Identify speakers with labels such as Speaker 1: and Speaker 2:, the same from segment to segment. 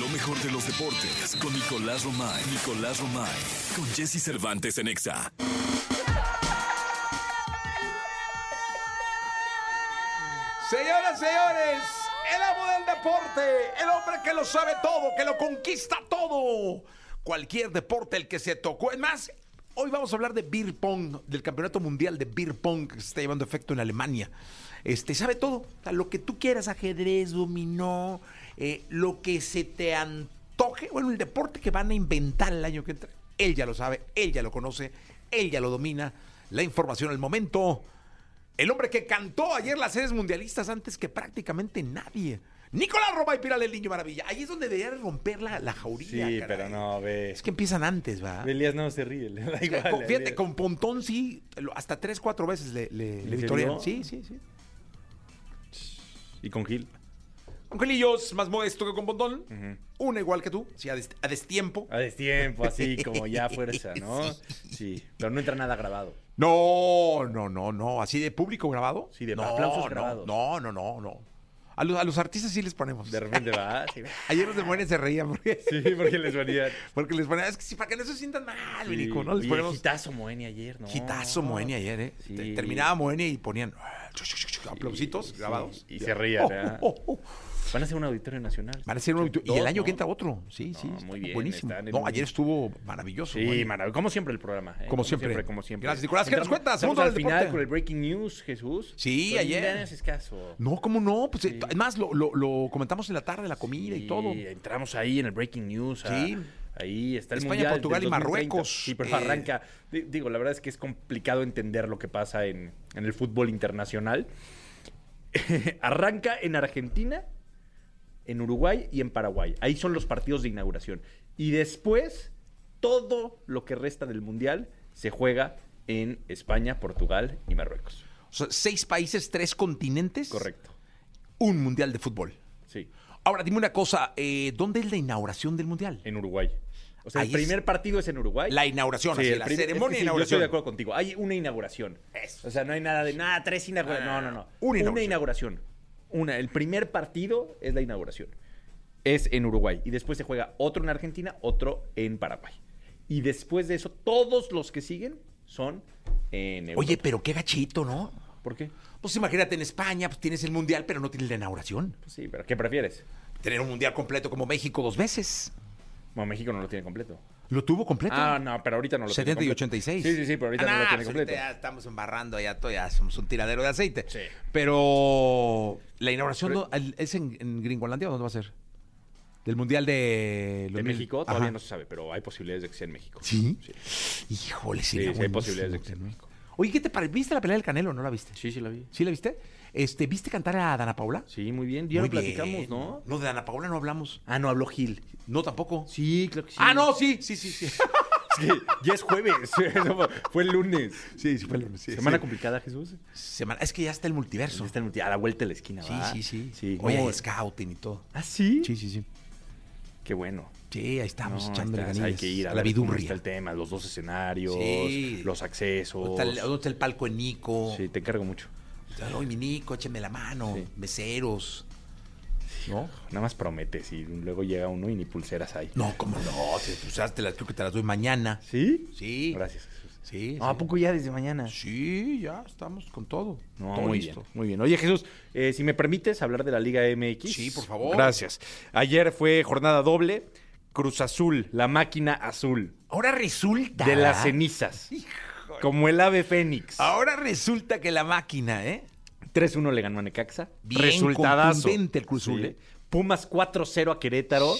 Speaker 1: Lo mejor de los deportes con Nicolás Romay. Nicolás Romay. Con Jesse Cervantes en Exa.
Speaker 2: Señoras, señores, el amo del deporte, el hombre que lo sabe todo, que lo conquista todo. Cualquier deporte, el que se tocó. Es más, hoy vamos a hablar de beer pong, del campeonato mundial de beer pong que se está llevando efecto en Alemania. Este, sabe todo, o sea, lo que tú quieras, ajedrez, dominó, eh, lo que se te antoje. Bueno, el deporte que van a inventar el año que entra, él ya lo sabe, él ya lo conoce, él ya lo domina. La información al momento. El hombre que cantó ayer las series mundialistas antes que prácticamente nadie. Nicolás Roma y Piral el Niño Maravilla. Ahí es donde debería romper la, la
Speaker 3: Sí,
Speaker 2: jauría. caray.
Speaker 3: pero no, ve.
Speaker 2: Es que empiezan antes, ¿va?
Speaker 3: Elías no se ríe, le da
Speaker 2: Es que
Speaker 3: igual.
Speaker 2: con-
Speaker 3: a
Speaker 2: fíjate,
Speaker 3: Elías.
Speaker 2: con Pontón sí, lo- hasta tres, cuatro veces le, le, le
Speaker 3: serio?
Speaker 2: victoriaron. Sí, sí, sí.
Speaker 3: Y con Gil.
Speaker 2: Angelillos, más modesto que con Pontón.
Speaker 3: Ujú.
Speaker 2: Una igual que tú, sí, a, des- a destiempo.
Speaker 3: A destiempo, así como ya a fuerza, ¿no? Sí. Pero no entra nada grabado.
Speaker 2: No, no, no, no. ¿Así de público grabado?
Speaker 3: Sí, de
Speaker 2: no,
Speaker 3: aplausos
Speaker 2: no,
Speaker 3: grabados.
Speaker 2: No, no, no, no. A los, a los artistas sí les ponemos.
Speaker 3: De repente va. Sí,
Speaker 2: Ayer los demonios se reían porque,
Speaker 3: sí porque les valía.
Speaker 2: porque les ponían, es que sí, para que no se sientan mal, mi
Speaker 3: Sí.
Speaker 2: Nico, ¿no? Les
Speaker 3: Oye,
Speaker 2: ponemos
Speaker 3: Gitazo Moeni ayer, ¿no?
Speaker 2: Gitazo Moenia ayer, ¿eh?
Speaker 3: Sí.
Speaker 2: Te- Terminaba Moenia y ponían ah, chu, chu, chu, chu, aplausitos
Speaker 3: sí,
Speaker 2: grabados.
Speaker 3: y se reían,
Speaker 2: Oh,
Speaker 3: ¿verdad?
Speaker 2: oh, oh, oh.
Speaker 3: Van a ser un auditorio nacional.
Speaker 2: Van a ser un- y el
Speaker 3: Dos,
Speaker 2: año
Speaker 3: ¿no?
Speaker 2: que entra oh, otro. Sí,
Speaker 3: No,
Speaker 2: sí.
Speaker 3: muy
Speaker 2: está
Speaker 3: bien,
Speaker 2: buenísimo.
Speaker 3: están en
Speaker 2: No,
Speaker 3: un-
Speaker 2: ayer estuvo maravilloso.
Speaker 3: Sí,
Speaker 2: Moenia.
Speaker 3: maravilloso. Como siempre el programa. ¿eh?
Speaker 2: Como siempre.
Speaker 3: Como siempre.
Speaker 2: Gracias, Nicolás. ¿Qué nos
Speaker 3: Entramos-
Speaker 2: cuentas?
Speaker 3: entramos
Speaker 2: Mundo
Speaker 3: al
Speaker 2: del
Speaker 3: final
Speaker 2: deporte.
Speaker 3: con el breaking news, Jesús.
Speaker 2: Sí,
Speaker 3: Pero
Speaker 2: ayer.
Speaker 3: ya no es escaso.
Speaker 2: No, ¿cómo no? Pues, eh,
Speaker 3: Sí.
Speaker 2: Además, lo, lo- lo comentamos en la tarde, la comida y todo.
Speaker 3: Sí, entramos ahí en el breaking news. a-
Speaker 2: Sí.
Speaker 3: Ahí está el
Speaker 2: España,
Speaker 3: Mundial del
Speaker 2: Portugal y
Speaker 3: 2030.
Speaker 2: Marruecos.
Speaker 3: Sí, pero
Speaker 2: Eh,
Speaker 3: arranca. Di- Digo, la verdad es que es complicado entender lo que pasa en, en el fútbol internacional. arranca en Argentina, en Uruguay y en Paraguay. Ahí son los partidos de inauguración. Y después, todo lo que resta del Mundial se juega en España, Portugal y Marruecos.
Speaker 2: O sea, seis países, tres continentes.
Speaker 3: Correcto.
Speaker 2: Un mundial de fútbol.
Speaker 3: Sí.
Speaker 2: Ahora, dime una cosa. eh, ¿Dónde es la inauguración del mundial?
Speaker 3: En Uruguay. O sea,
Speaker 2: Ahí
Speaker 3: el
Speaker 2: es-
Speaker 3: primer partido es en Uruguay.
Speaker 2: La inauguración, así,
Speaker 3: el
Speaker 2: la
Speaker 3: prim-
Speaker 2: ceremonia de
Speaker 3: es que sí, Yo estoy
Speaker 2: inauguración.
Speaker 3: de acuerdo contigo. Hay una inauguración. O sea, no hay nada de nada, tres inauguraciones. No, no, no.
Speaker 2: Ah, Una inauguración.
Speaker 3: Una inauguración. Una. El primer partido es la inauguración. Es en Uruguay. Y después se juega otro en Argentina, otro en Paraguay. Y después de eso, todos los que siguen son en Europa.
Speaker 2: Oye, pero qué gachito, ¿no?
Speaker 3: ¿por qué?
Speaker 2: Pues imagínate, en España pues, tienes el mundial, pero no tienes la inauguración.
Speaker 3: Pues sí, pero ¿qué prefieres?
Speaker 2: Tener un mundial completo como México dos veces.
Speaker 3: Bueno, México no lo tiene completo.
Speaker 2: ¿Lo tuvo completo?
Speaker 3: Ah, no, pero ahorita no lo
Speaker 2: 70 y
Speaker 3: tiene completo.
Speaker 2: 86.
Speaker 3: Sí, sí, sí, pero ahorita
Speaker 2: Ah,
Speaker 3: no lo tiene
Speaker 2: pues
Speaker 3: completo.
Speaker 2: ahorita ya estamos embarrando allá todo, ya somos un tiradero de aceite.
Speaker 3: Sí.
Speaker 2: Pero la inauguración
Speaker 3: Pero-
Speaker 2: ¿no? ¿El- es en, en Gringolandia o dónde va a ser? Del Mundial de...
Speaker 3: De
Speaker 2: los mil-
Speaker 3: México todavía
Speaker 2: Ajá.
Speaker 3: no se sabe, pero hay posibilidades de que sea en México.
Speaker 2: ¿Sí?
Speaker 3: Sí,
Speaker 2: Híjole,
Speaker 3: Sí,
Speaker 2: sería
Speaker 3: sí hay
Speaker 2: buenísimo.
Speaker 3: posibilidades de que sea en México.
Speaker 2: Oye, ¿qué te pare- ¿Viste la pelea del Canelo o no la viste?
Speaker 3: Sí, sí la vi.
Speaker 2: ¿Sí la viste? Este, ¿Viste cantar a Dana Paula?
Speaker 3: Sí, muy bien. Ya
Speaker 2: Muy
Speaker 3: lo platicamos,
Speaker 2: bien.
Speaker 3: ¿no?
Speaker 2: No, de Dana Paula no hablamos.
Speaker 3: Ah, no, habló Gil.
Speaker 2: No, tampoco.
Speaker 3: Sí, claro que sí.
Speaker 2: Ah, no, sí, sí, sí, sí.
Speaker 3: Sí, ya es jueves. Eso fue- fue el lunes.
Speaker 2: Sí, sí, fue el lunes, sí,
Speaker 3: Semana
Speaker 2: sí.
Speaker 3: complicada, Jesús. Pues
Speaker 2: Semana- Es que ya está el multiverso.
Speaker 3: Está en- a la vuelta de la esquina,
Speaker 2: Sí,
Speaker 3: ¿va?
Speaker 2: sí, sí.
Speaker 3: sí.
Speaker 2: Oye,
Speaker 3: No,
Speaker 2: hay scouting y todo.
Speaker 3: ¿Ah, sí?
Speaker 2: sí, sí.
Speaker 3: Qué bueno.
Speaker 2: Sí, ahí estamos
Speaker 3: No,
Speaker 2: echándole
Speaker 3: estás-
Speaker 2: ganillas.
Speaker 3: Hay que ir a
Speaker 2: la
Speaker 3: ver cómo
Speaker 2: vidurria.
Speaker 3: Está el tema, los dos escenarios,
Speaker 2: Sí.
Speaker 3: los accesos.
Speaker 2: ¿Dónde, está el, dónde está el palco de Nico?
Speaker 3: Sí, te encargo mucho.
Speaker 2: Ay, mi Nico, écheme la mano.
Speaker 3: Sí.
Speaker 2: Meseros. ¿No?
Speaker 3: Nada más prometes y luego llega uno y ni pulseras hay.
Speaker 2: No, cómo no. te- o sea, te las, creo que te las doy mañana.
Speaker 3: ¿Sí?
Speaker 2: Sí.
Speaker 3: Gracias, Jesús.
Speaker 2: Sí.
Speaker 3: No, ¿A
Speaker 2: sí.
Speaker 3: poco ya desde mañana?
Speaker 2: Sí, ya estamos con todo.
Speaker 3: No,
Speaker 2: Todo
Speaker 3: muy
Speaker 2: listo.
Speaker 3: bien, muy bien. Oye, Jesús, eh, si me permites hablar de la Liga MX.
Speaker 2: Sí, por favor.
Speaker 3: Gracias. Ayer fue jornada doble. Cruz Azul, la máquina azul
Speaker 2: Ahora resulta.
Speaker 3: de las cenizas.
Speaker 2: Híjole. Ah,
Speaker 3: Como el ave fénix.
Speaker 2: Ahora resulta que la máquina, ¿eh?
Speaker 3: 3-1 le ganó a Necaxa.
Speaker 2: Bien
Speaker 3: Resultadazo.
Speaker 2: contundente el Cruz Azul,
Speaker 3: Sí.
Speaker 2: ¿eh?
Speaker 3: Pumas 4-0 a Querétaro.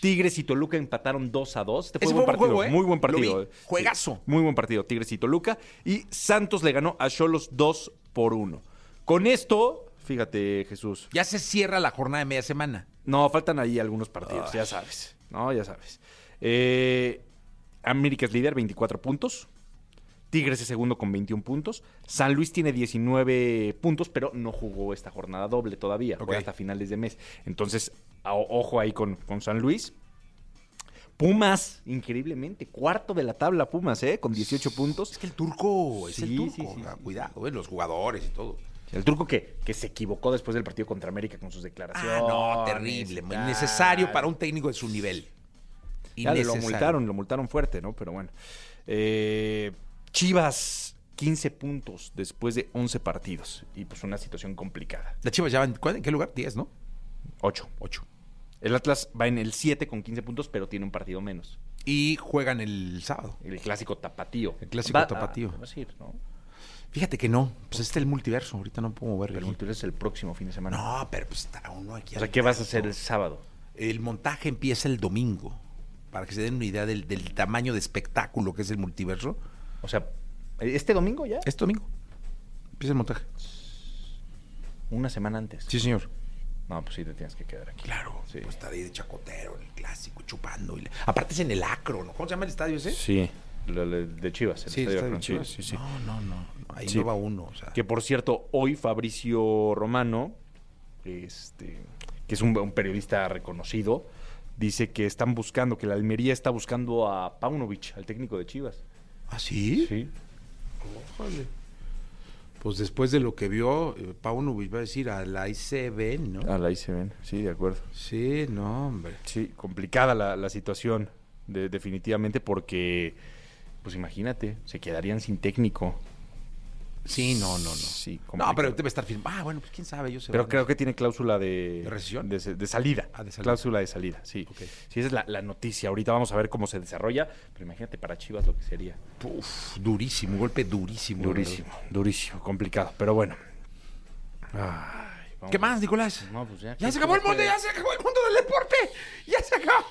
Speaker 3: Tigres y Toluca empataron 2 a 2. Este fue
Speaker 2: Ese fue
Speaker 3: buen
Speaker 2: buen
Speaker 3: partido,
Speaker 2: juego, ¿eh?
Speaker 3: muy buen
Speaker 2: Lo vi.
Speaker 3: partido. Sí,
Speaker 2: Juegazo.
Speaker 3: muy buen partido, Tigres y Toluca. Y Santos le ganó a Cholos 2 por 1. Con esto, fíjate, Jesús.
Speaker 2: Ya se cierra la jornada de media semana.
Speaker 3: No, faltan ahí algunos partidos, ya sabes. No, ya sabes. Eh, América es líder, 24 puntos. Tigres es segundo con 21 puntos. San Luis tiene 19 puntos, pero no jugó esta jornada doble todavía.
Speaker 2: Ok.
Speaker 3: Juega hasta finales de mes. Entonces, a- ojo ahí con, con San Luis. Pumas, increíblemente, cuarto de la tabla Pumas, ¿eh? Con 18 puntos.
Speaker 2: Es que el turco es el
Speaker 3: Sí,
Speaker 2: turco.
Speaker 3: sí, sí,
Speaker 2: o sea,
Speaker 3: sí.
Speaker 2: Cuidado, ¿eh? los jugadores y todo.
Speaker 3: El truco que, que se equivocó después del partido contra América con sus declaraciones.
Speaker 2: Ah, no, terrible. muy Necesario para un técnico de su nivel.
Speaker 3: Ya lo
Speaker 2: Innecesario.
Speaker 3: multaron, lo multaron fuerte, ¿no? Pero bueno. Eh, Chivas, 15 puntos después de 11 partidos. Y pues una situación complicada.
Speaker 2: La Chivas ya va en, ¿cuál- en qué lugar? 10, ¿no?
Speaker 3: 8.
Speaker 2: 8.
Speaker 3: El Atlas va en el 7 con 15 puntos, pero tiene un partido menos.
Speaker 2: Y juegan el sábado.
Speaker 3: El clásico tapatío.
Speaker 2: El clásico tapatío.
Speaker 3: vas a ir, ¿no?
Speaker 2: Fíjate que no. Pues este es el multiverso. Ahorita no puedo ver.
Speaker 3: Pero tú eres el próximo fin de semana.
Speaker 2: No, pero pues está uno aquí.
Speaker 3: o sea,
Speaker 2: al
Speaker 3: ¿qué vas a
Speaker 2: tanto.
Speaker 3: hacer el sábado?
Speaker 2: El montaje empieza el domingo. Para que se den una idea del, del tamaño de espectáculo que es el multiverso.
Speaker 3: O sea, ¿este domingo ya?
Speaker 2: Este domingo. Empieza el montaje.
Speaker 3: Una semana antes.
Speaker 2: Sí, señor.
Speaker 3: No, pues sí, te tienes que quedar aquí.
Speaker 2: Claro.
Speaker 3: Sí.
Speaker 2: Pues está ahí de chacotero, el clásico, chupando. y la- Aparte es en el acro, ¿no? ¿Cómo se llama el estadio ese?
Speaker 3: Sí, lo- lo- de Chivas. el estadio de Chivas.
Speaker 2: No, no, no. Ahí
Speaker 3: Sí.
Speaker 2: no va uno. O sea.
Speaker 3: Que por cierto, hoy Fabricio Romano, este, que es un, un periodista reconocido, dice que están buscando, que la Almería está buscando a Paunovic, al técnico de Chivas.
Speaker 2: ¿Ah, sí?
Speaker 3: Sí.
Speaker 2: Órale. Pues después de lo que vio, eh, Paunovic va a decir a la ICB, ¿no?
Speaker 3: la Ah, ahí se ven, sí, de acuerdo.
Speaker 2: Sí, no, hombre.
Speaker 3: Sí, complicada la, la situación, de- definitivamente, porque, pues imagínate, se quedarían sin técnico.
Speaker 2: Sí, no, no, no.
Speaker 3: Sí,
Speaker 2: no, pero
Speaker 3: complicado.
Speaker 2: debe estar firmado. Ah, bueno, pues quién sabe, yo sé.
Speaker 3: Pero creo que tiene cláusula de...
Speaker 2: ¿De rescisión?
Speaker 3: De, se- de salida.
Speaker 2: Ah, de salida.
Speaker 3: Cláusula de salida, sí.
Speaker 2: Ok.
Speaker 3: Sí, esa es la, la noticia. Ahorita vamos a ver cómo se desarrolla, pero imagínate para Chivas lo que sería.
Speaker 2: Uf, durísimo, un golpe durísimo.
Speaker 3: Durísimo, durísimo, complicado, pero bueno. Ay, vamos
Speaker 2: ¿Qué
Speaker 3: a-
Speaker 2: más, Nicolás?
Speaker 3: No, pues ya.
Speaker 2: Ya
Speaker 3: ¿qué-
Speaker 2: se acabó
Speaker 3: qué
Speaker 2: el mundo,
Speaker 3: puede?
Speaker 2: ya se acabó el mundo del deporte. Ya se acabó.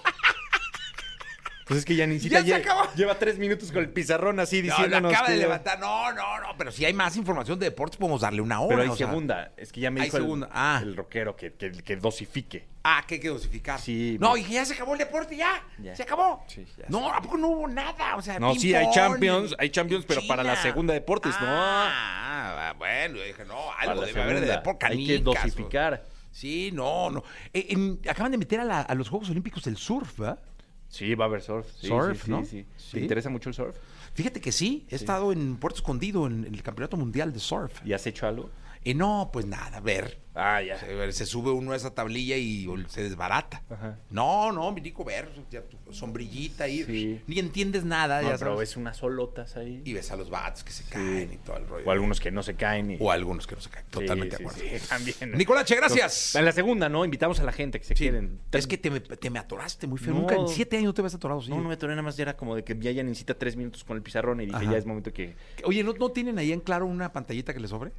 Speaker 3: Pues es que ya ni
Speaker 2: Ya
Speaker 3: siquiera
Speaker 2: se
Speaker 3: lle-
Speaker 2: acabó.
Speaker 3: lleva tres minutos con el pizarrón así
Speaker 2: No, lo
Speaker 3: diciéndonos
Speaker 2: acaba de
Speaker 3: que-
Speaker 2: levantar. No, no, no. Pero si hay más información de deportes, podemos darle una hora.
Speaker 3: Pero hay
Speaker 2: o sea.
Speaker 3: segunda. Es que ya me
Speaker 2: hay
Speaker 3: dijo el-
Speaker 2: segunda.
Speaker 3: El,
Speaker 2: Ah.
Speaker 3: rockero que, que- que dosifique.
Speaker 2: Ah, que hay que dosificar.
Speaker 3: Sí,
Speaker 2: No,
Speaker 3: pues-
Speaker 2: dije, ya se acabó el deporte, ya.
Speaker 3: Ya.
Speaker 2: Se acabó.
Speaker 3: Sí, ya
Speaker 2: no, ¿a poco no hubo nada? O sea,
Speaker 3: No, sí,
Speaker 2: ping-pong
Speaker 3: hay Champions, hay
Speaker 2: en
Speaker 3: Champions, pero para la
Speaker 2: China.
Speaker 3: segunda deportes, ¿no?
Speaker 2: Ah, bueno, yo dije, no, algo
Speaker 3: Para la
Speaker 2: debe haber de
Speaker 3: segunda.
Speaker 2: deporte.
Speaker 3: Hay que
Speaker 2: canicas, o-
Speaker 3: dosificar.
Speaker 2: Sí, no, no. Eh, en- acaban de meter a, la- a los Juegos Olímpicos el surf, ¿verdad?
Speaker 3: Sí, va a haber surf. Sí,
Speaker 2: Surf,
Speaker 3: sí, sí,
Speaker 2: ¿no?
Speaker 3: sí.
Speaker 2: Sí.
Speaker 3: ¿Te interesa mucho el surf?
Speaker 2: Fíjate que sí, he estado en Puerto Escondido en, en el Campeonato Mundial de Surf.
Speaker 3: ¿Y has hecho algo?
Speaker 2: Y no, pues nada, a ver.
Speaker 3: Ah, ya.
Speaker 2: A ver, pues, Se sube uno a esa tablilla y ol- se desbarata.
Speaker 3: Ajá.
Speaker 2: No, no, mi Nico, ver, ya tu sombrillita ahí.
Speaker 3: Sí.
Speaker 2: Ni entiendes nada,
Speaker 3: No,
Speaker 2: Ah, ya
Speaker 3: pero
Speaker 2: sabes.
Speaker 3: ves unas solotas ahí.
Speaker 2: Y ves a los vatos que se caen y todo el rollo.
Speaker 3: O algunos que no se caen. y-
Speaker 2: O algunos que no se caen. Totalmente
Speaker 3: Sí,
Speaker 2: de
Speaker 3: sí,
Speaker 2: acuerdo.
Speaker 3: sí, también.
Speaker 2: Nicolás, che, gracias.
Speaker 3: En la segunda, ¿no? Invitamos a la gente que se
Speaker 2: Sí.
Speaker 3: quieren.
Speaker 2: Es que te me, te me atoraste muy feo.
Speaker 3: No.
Speaker 2: Nunca en siete años no te habías atorado, sí.
Speaker 3: No, no me atoré, nada más ya era como de que ya ya necesita tres minutos con el pizarrón y dije,
Speaker 2: Ajá.
Speaker 3: ya es momento que...
Speaker 2: Oye, ¿no, ¿no tienen ahí en claro una pantallita que les sobre?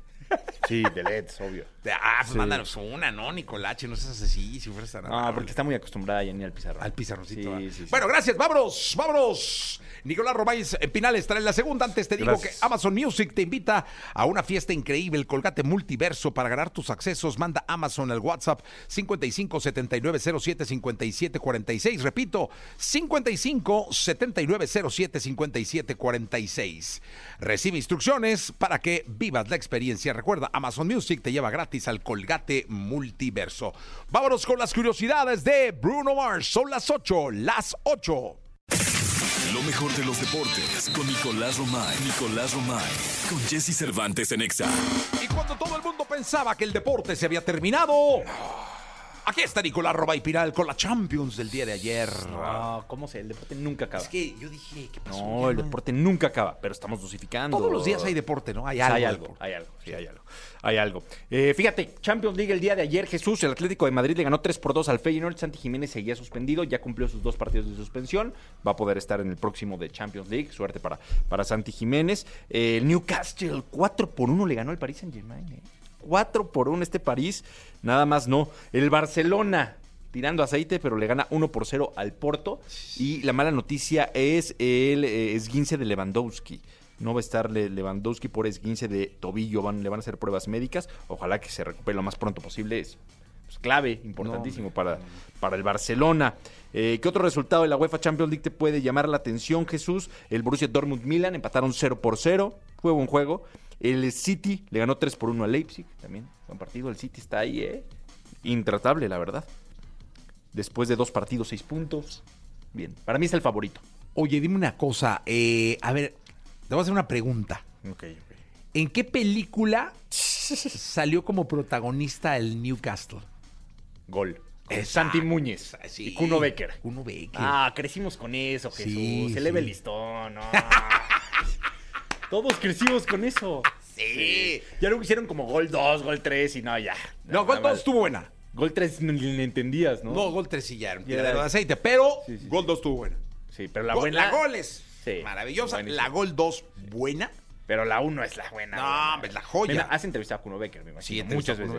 Speaker 3: Sí, de LEDs, obvio.
Speaker 2: Ah, pues
Speaker 3: Sí.
Speaker 2: mándanos una, ¿no, Nicolache? No seas así, si fueras tan
Speaker 3: Ah,
Speaker 2: amable.
Speaker 3: porque está muy acostumbrada ya ni al pizarrón.
Speaker 2: Al pizarroncito.
Speaker 3: Sí,
Speaker 2: ah.
Speaker 3: sí, sí.
Speaker 2: Bueno, gracias, vámonos, vámonos. Nicolás Robáis en Pinal estará en la segunda. Antes te digo
Speaker 3: Gracias.
Speaker 2: que Amazon Music te invita a una fiesta increíble, el Colgate Multiverso. Para ganar tus accesos, manda Amazon al WhatsApp 55 79 07 57 46. Repito, 55 79 07 57 46. Recibe instrucciones para que vivas la experiencia. Recuerda, Amazon Music te lleva gratis al Colgate Multiverso. Vámonos con las curiosidades de Bruno Mars. Son las 8, las 8.
Speaker 1: Lo mejor de los deportes con Nicolás Romay. Nicolás Romay. Con Jesse Cervantes en Exa.
Speaker 2: Y cuando todo el mundo pensaba que el deporte se había terminado, aquí está Nicolás Robay Piral con la Champions del día de ayer.
Speaker 3: Ah, ¿cómo se? El deporte nunca acaba.
Speaker 2: Es que yo dije, ¿qué pasó?
Speaker 3: No,
Speaker 2: Ya
Speaker 3: el deporte nunca acaba, pero estamos dosificando.
Speaker 2: Todos los días hay deporte, ¿no? Hay algo.
Speaker 3: Hay
Speaker 2: de
Speaker 3: algo,
Speaker 2: deporte.
Speaker 3: hay algo, sí, hay algo. Hay algo. Eh, fíjate, Champions League el día de ayer, Jesús, el Atlético de Madrid le ganó 3 por 2 al Feyenoord. Santi Jiménez seguía suspendido, ya cumplió sus dos partidos de suspensión. Va a poder estar en el próximo de Champions League. Suerte para, para Santi Jiménez. Eh, el Newcastle 4 por 1 le ganó al Paris Saint Germain. 4 por 1 este París, nada más no. El Barcelona tirando aceite, pero le gana 1 por 0 al Porto. Y la mala noticia es el eh, esguince de Lewandowski. No va a estar Le- Lewandowski por esguince de tobillo, van, le van a hacer pruebas médicas. Ojalá que se recupere lo más pronto posible. Es pues, clave, importantísimo para, para el Barcelona. Eh, ¿Qué otro resultado de la UEFA Champions League te puede llamar la atención, Jesús? El Borussia Dortmund Milan empataron 0 por 0. Fue buen juego. El City le ganó 3 por 1 al Leipzig. También buen partido. El City está ahí, ¿eh? Intratable, la verdad después de dos partidos, seis puntos. Bien, para mí es el favorito.
Speaker 2: Oye, dime una cosa. eh, a ver, te voy a hacer una pregunta.
Speaker 3: Ok,
Speaker 2: ¿En qué película salió como protagonista el Newcastle.
Speaker 3: Gol. Con
Speaker 2: Exacto.
Speaker 3: Eh, Santi Muñez
Speaker 2: Ah, Sí.
Speaker 3: y Kuno Becker.
Speaker 2: Kuno Becker.
Speaker 3: Ah, crecimos con eso, Jesús.
Speaker 2: Sí,
Speaker 3: Se eleva
Speaker 2: sí.
Speaker 3: el listón, no. Todos crecimos con eso.
Speaker 2: Sí.
Speaker 3: Ya luego hicieron como gol 2, gol 3 y no, ya.
Speaker 2: no, gol 2 estuvo buena.
Speaker 3: Gol 3 ni le entendías, ¿no?
Speaker 2: No, gol 3 y ya era un
Speaker 3: Ya
Speaker 2: tiradero
Speaker 3: era-
Speaker 2: de aceite, pero
Speaker 3: Sí, sí,
Speaker 2: gol 2 estuvo buena.
Speaker 3: Sí, pero la
Speaker 2: Gol-
Speaker 3: buena.
Speaker 2: La goles.
Speaker 3: Sí.
Speaker 2: Maravillosa.
Speaker 3: Buenísimo.
Speaker 2: La gol 2 buena.
Speaker 3: Pero la 1 es la buena.
Speaker 2: No,
Speaker 3: buena.
Speaker 2: hombre, la joya.
Speaker 3: Mira, has entrevistado a Kuno Becker, me
Speaker 2: Sí, he
Speaker 3: imagino.
Speaker 2: entrevistado
Speaker 3: muchas
Speaker 2: a Kuno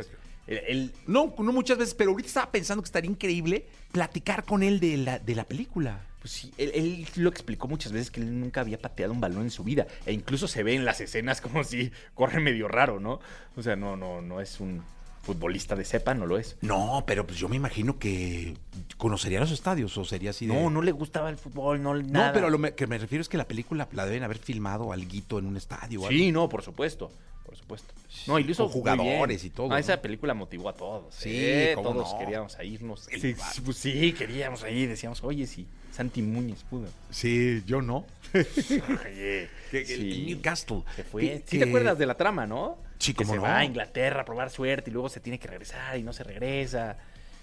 Speaker 3: veces. El, el-
Speaker 2: No, no muchas veces, pero ahorita estaba pensando que estaría increíble platicar con él de la, de la película.
Speaker 3: pues sí, él, él lo explicó muchas veces que él nunca había pateado un balón en su vida. E incluso se ve en las escenas como si corre medio raro, ¿no? O sea, no, no, no es un futbolista de cepa, no lo es.
Speaker 2: No, pero pues yo me imagino que conocería los estadios o sería así de...
Speaker 3: No, no le gustaba el fútbol, no
Speaker 2: No,
Speaker 3: nada.
Speaker 2: pero a lo me- que me refiero es que la película la deben haber filmado alguito en un estadio. o
Speaker 3: Sí, no, por supuesto. Por supuesto. No, y lo hizo
Speaker 2: Con
Speaker 3: muy bien.
Speaker 2: jugadores y todo,
Speaker 3: Ah, Esa
Speaker 2: ¿no?
Speaker 3: película motivó a todos.
Speaker 2: Sí,
Speaker 3: ¿eh?
Speaker 2: cómo
Speaker 3: todos
Speaker 2: no.
Speaker 3: queríamos a irnos.
Speaker 2: El
Speaker 3: Sí,
Speaker 2: bar-
Speaker 3: sí, pues sí, queríamos ahí. Decíamos, oye, sí, Santi Muñez pudo.
Speaker 2: algo. Sí, yo no.
Speaker 3: Oye,
Speaker 2: Que- que el
Speaker 3: sí.
Speaker 2: Newcastle.
Speaker 3: Se fue.
Speaker 2: Que-
Speaker 3: Sí
Speaker 2: que-
Speaker 3: te acuerdas de la trama, ¿no?
Speaker 2: Sí,
Speaker 3: que
Speaker 2: cómo
Speaker 3: se
Speaker 2: no.
Speaker 3: va a Inglaterra a probar suerte y luego se tiene que regresar y no se regresa.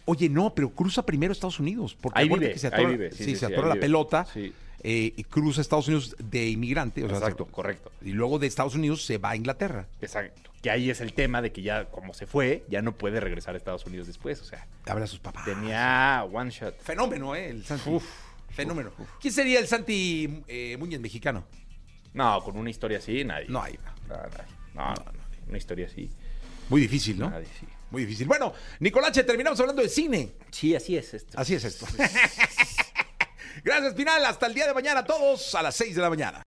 Speaker 2: Oye, no, pero cruza primero Estados Unidos. Porque
Speaker 3: Ahí
Speaker 2: acuérdate
Speaker 3: vive,
Speaker 2: que se
Speaker 3: ahí
Speaker 2: atora,
Speaker 3: vive, sí,
Speaker 2: sí,
Speaker 3: sí,
Speaker 2: se
Speaker 3: sí,
Speaker 2: atora
Speaker 3: ahí
Speaker 2: la
Speaker 3: vive,
Speaker 2: pelota
Speaker 3: sí.
Speaker 2: eh, y cruza Estados Unidos de inmigrante. o sea,
Speaker 3: Exacto,
Speaker 2: se-
Speaker 3: correcto.
Speaker 2: y luego de Estados Unidos se va a Inglaterra.
Speaker 3: Exacto. Que ahí es el tema de que ya, como se fue, ya no puede regresar a Estados Unidos después. O sea,
Speaker 2: Habla a sus papás.
Speaker 3: tenía one shot.
Speaker 2: Fenómeno, ¿eh? El Santi.
Speaker 3: Uf,
Speaker 2: Fenómeno. ¿Quién sería el Santi eh, Muñez mexicano?
Speaker 3: No, con una historia así, nadie.
Speaker 2: No hay.
Speaker 3: No, nadie. no, no, no. Una historia así,
Speaker 2: Muy difícil, ¿no?
Speaker 3: nadie, sí.
Speaker 2: Muy difícil. Bueno, Nicolache, terminamos hablando de cine.
Speaker 3: Sí, así es
Speaker 2: este,
Speaker 3: esto. Pues.
Speaker 2: Así es esto. Gracias, Pinal. Hasta el día de mañana a todos a las 6 de la mañana.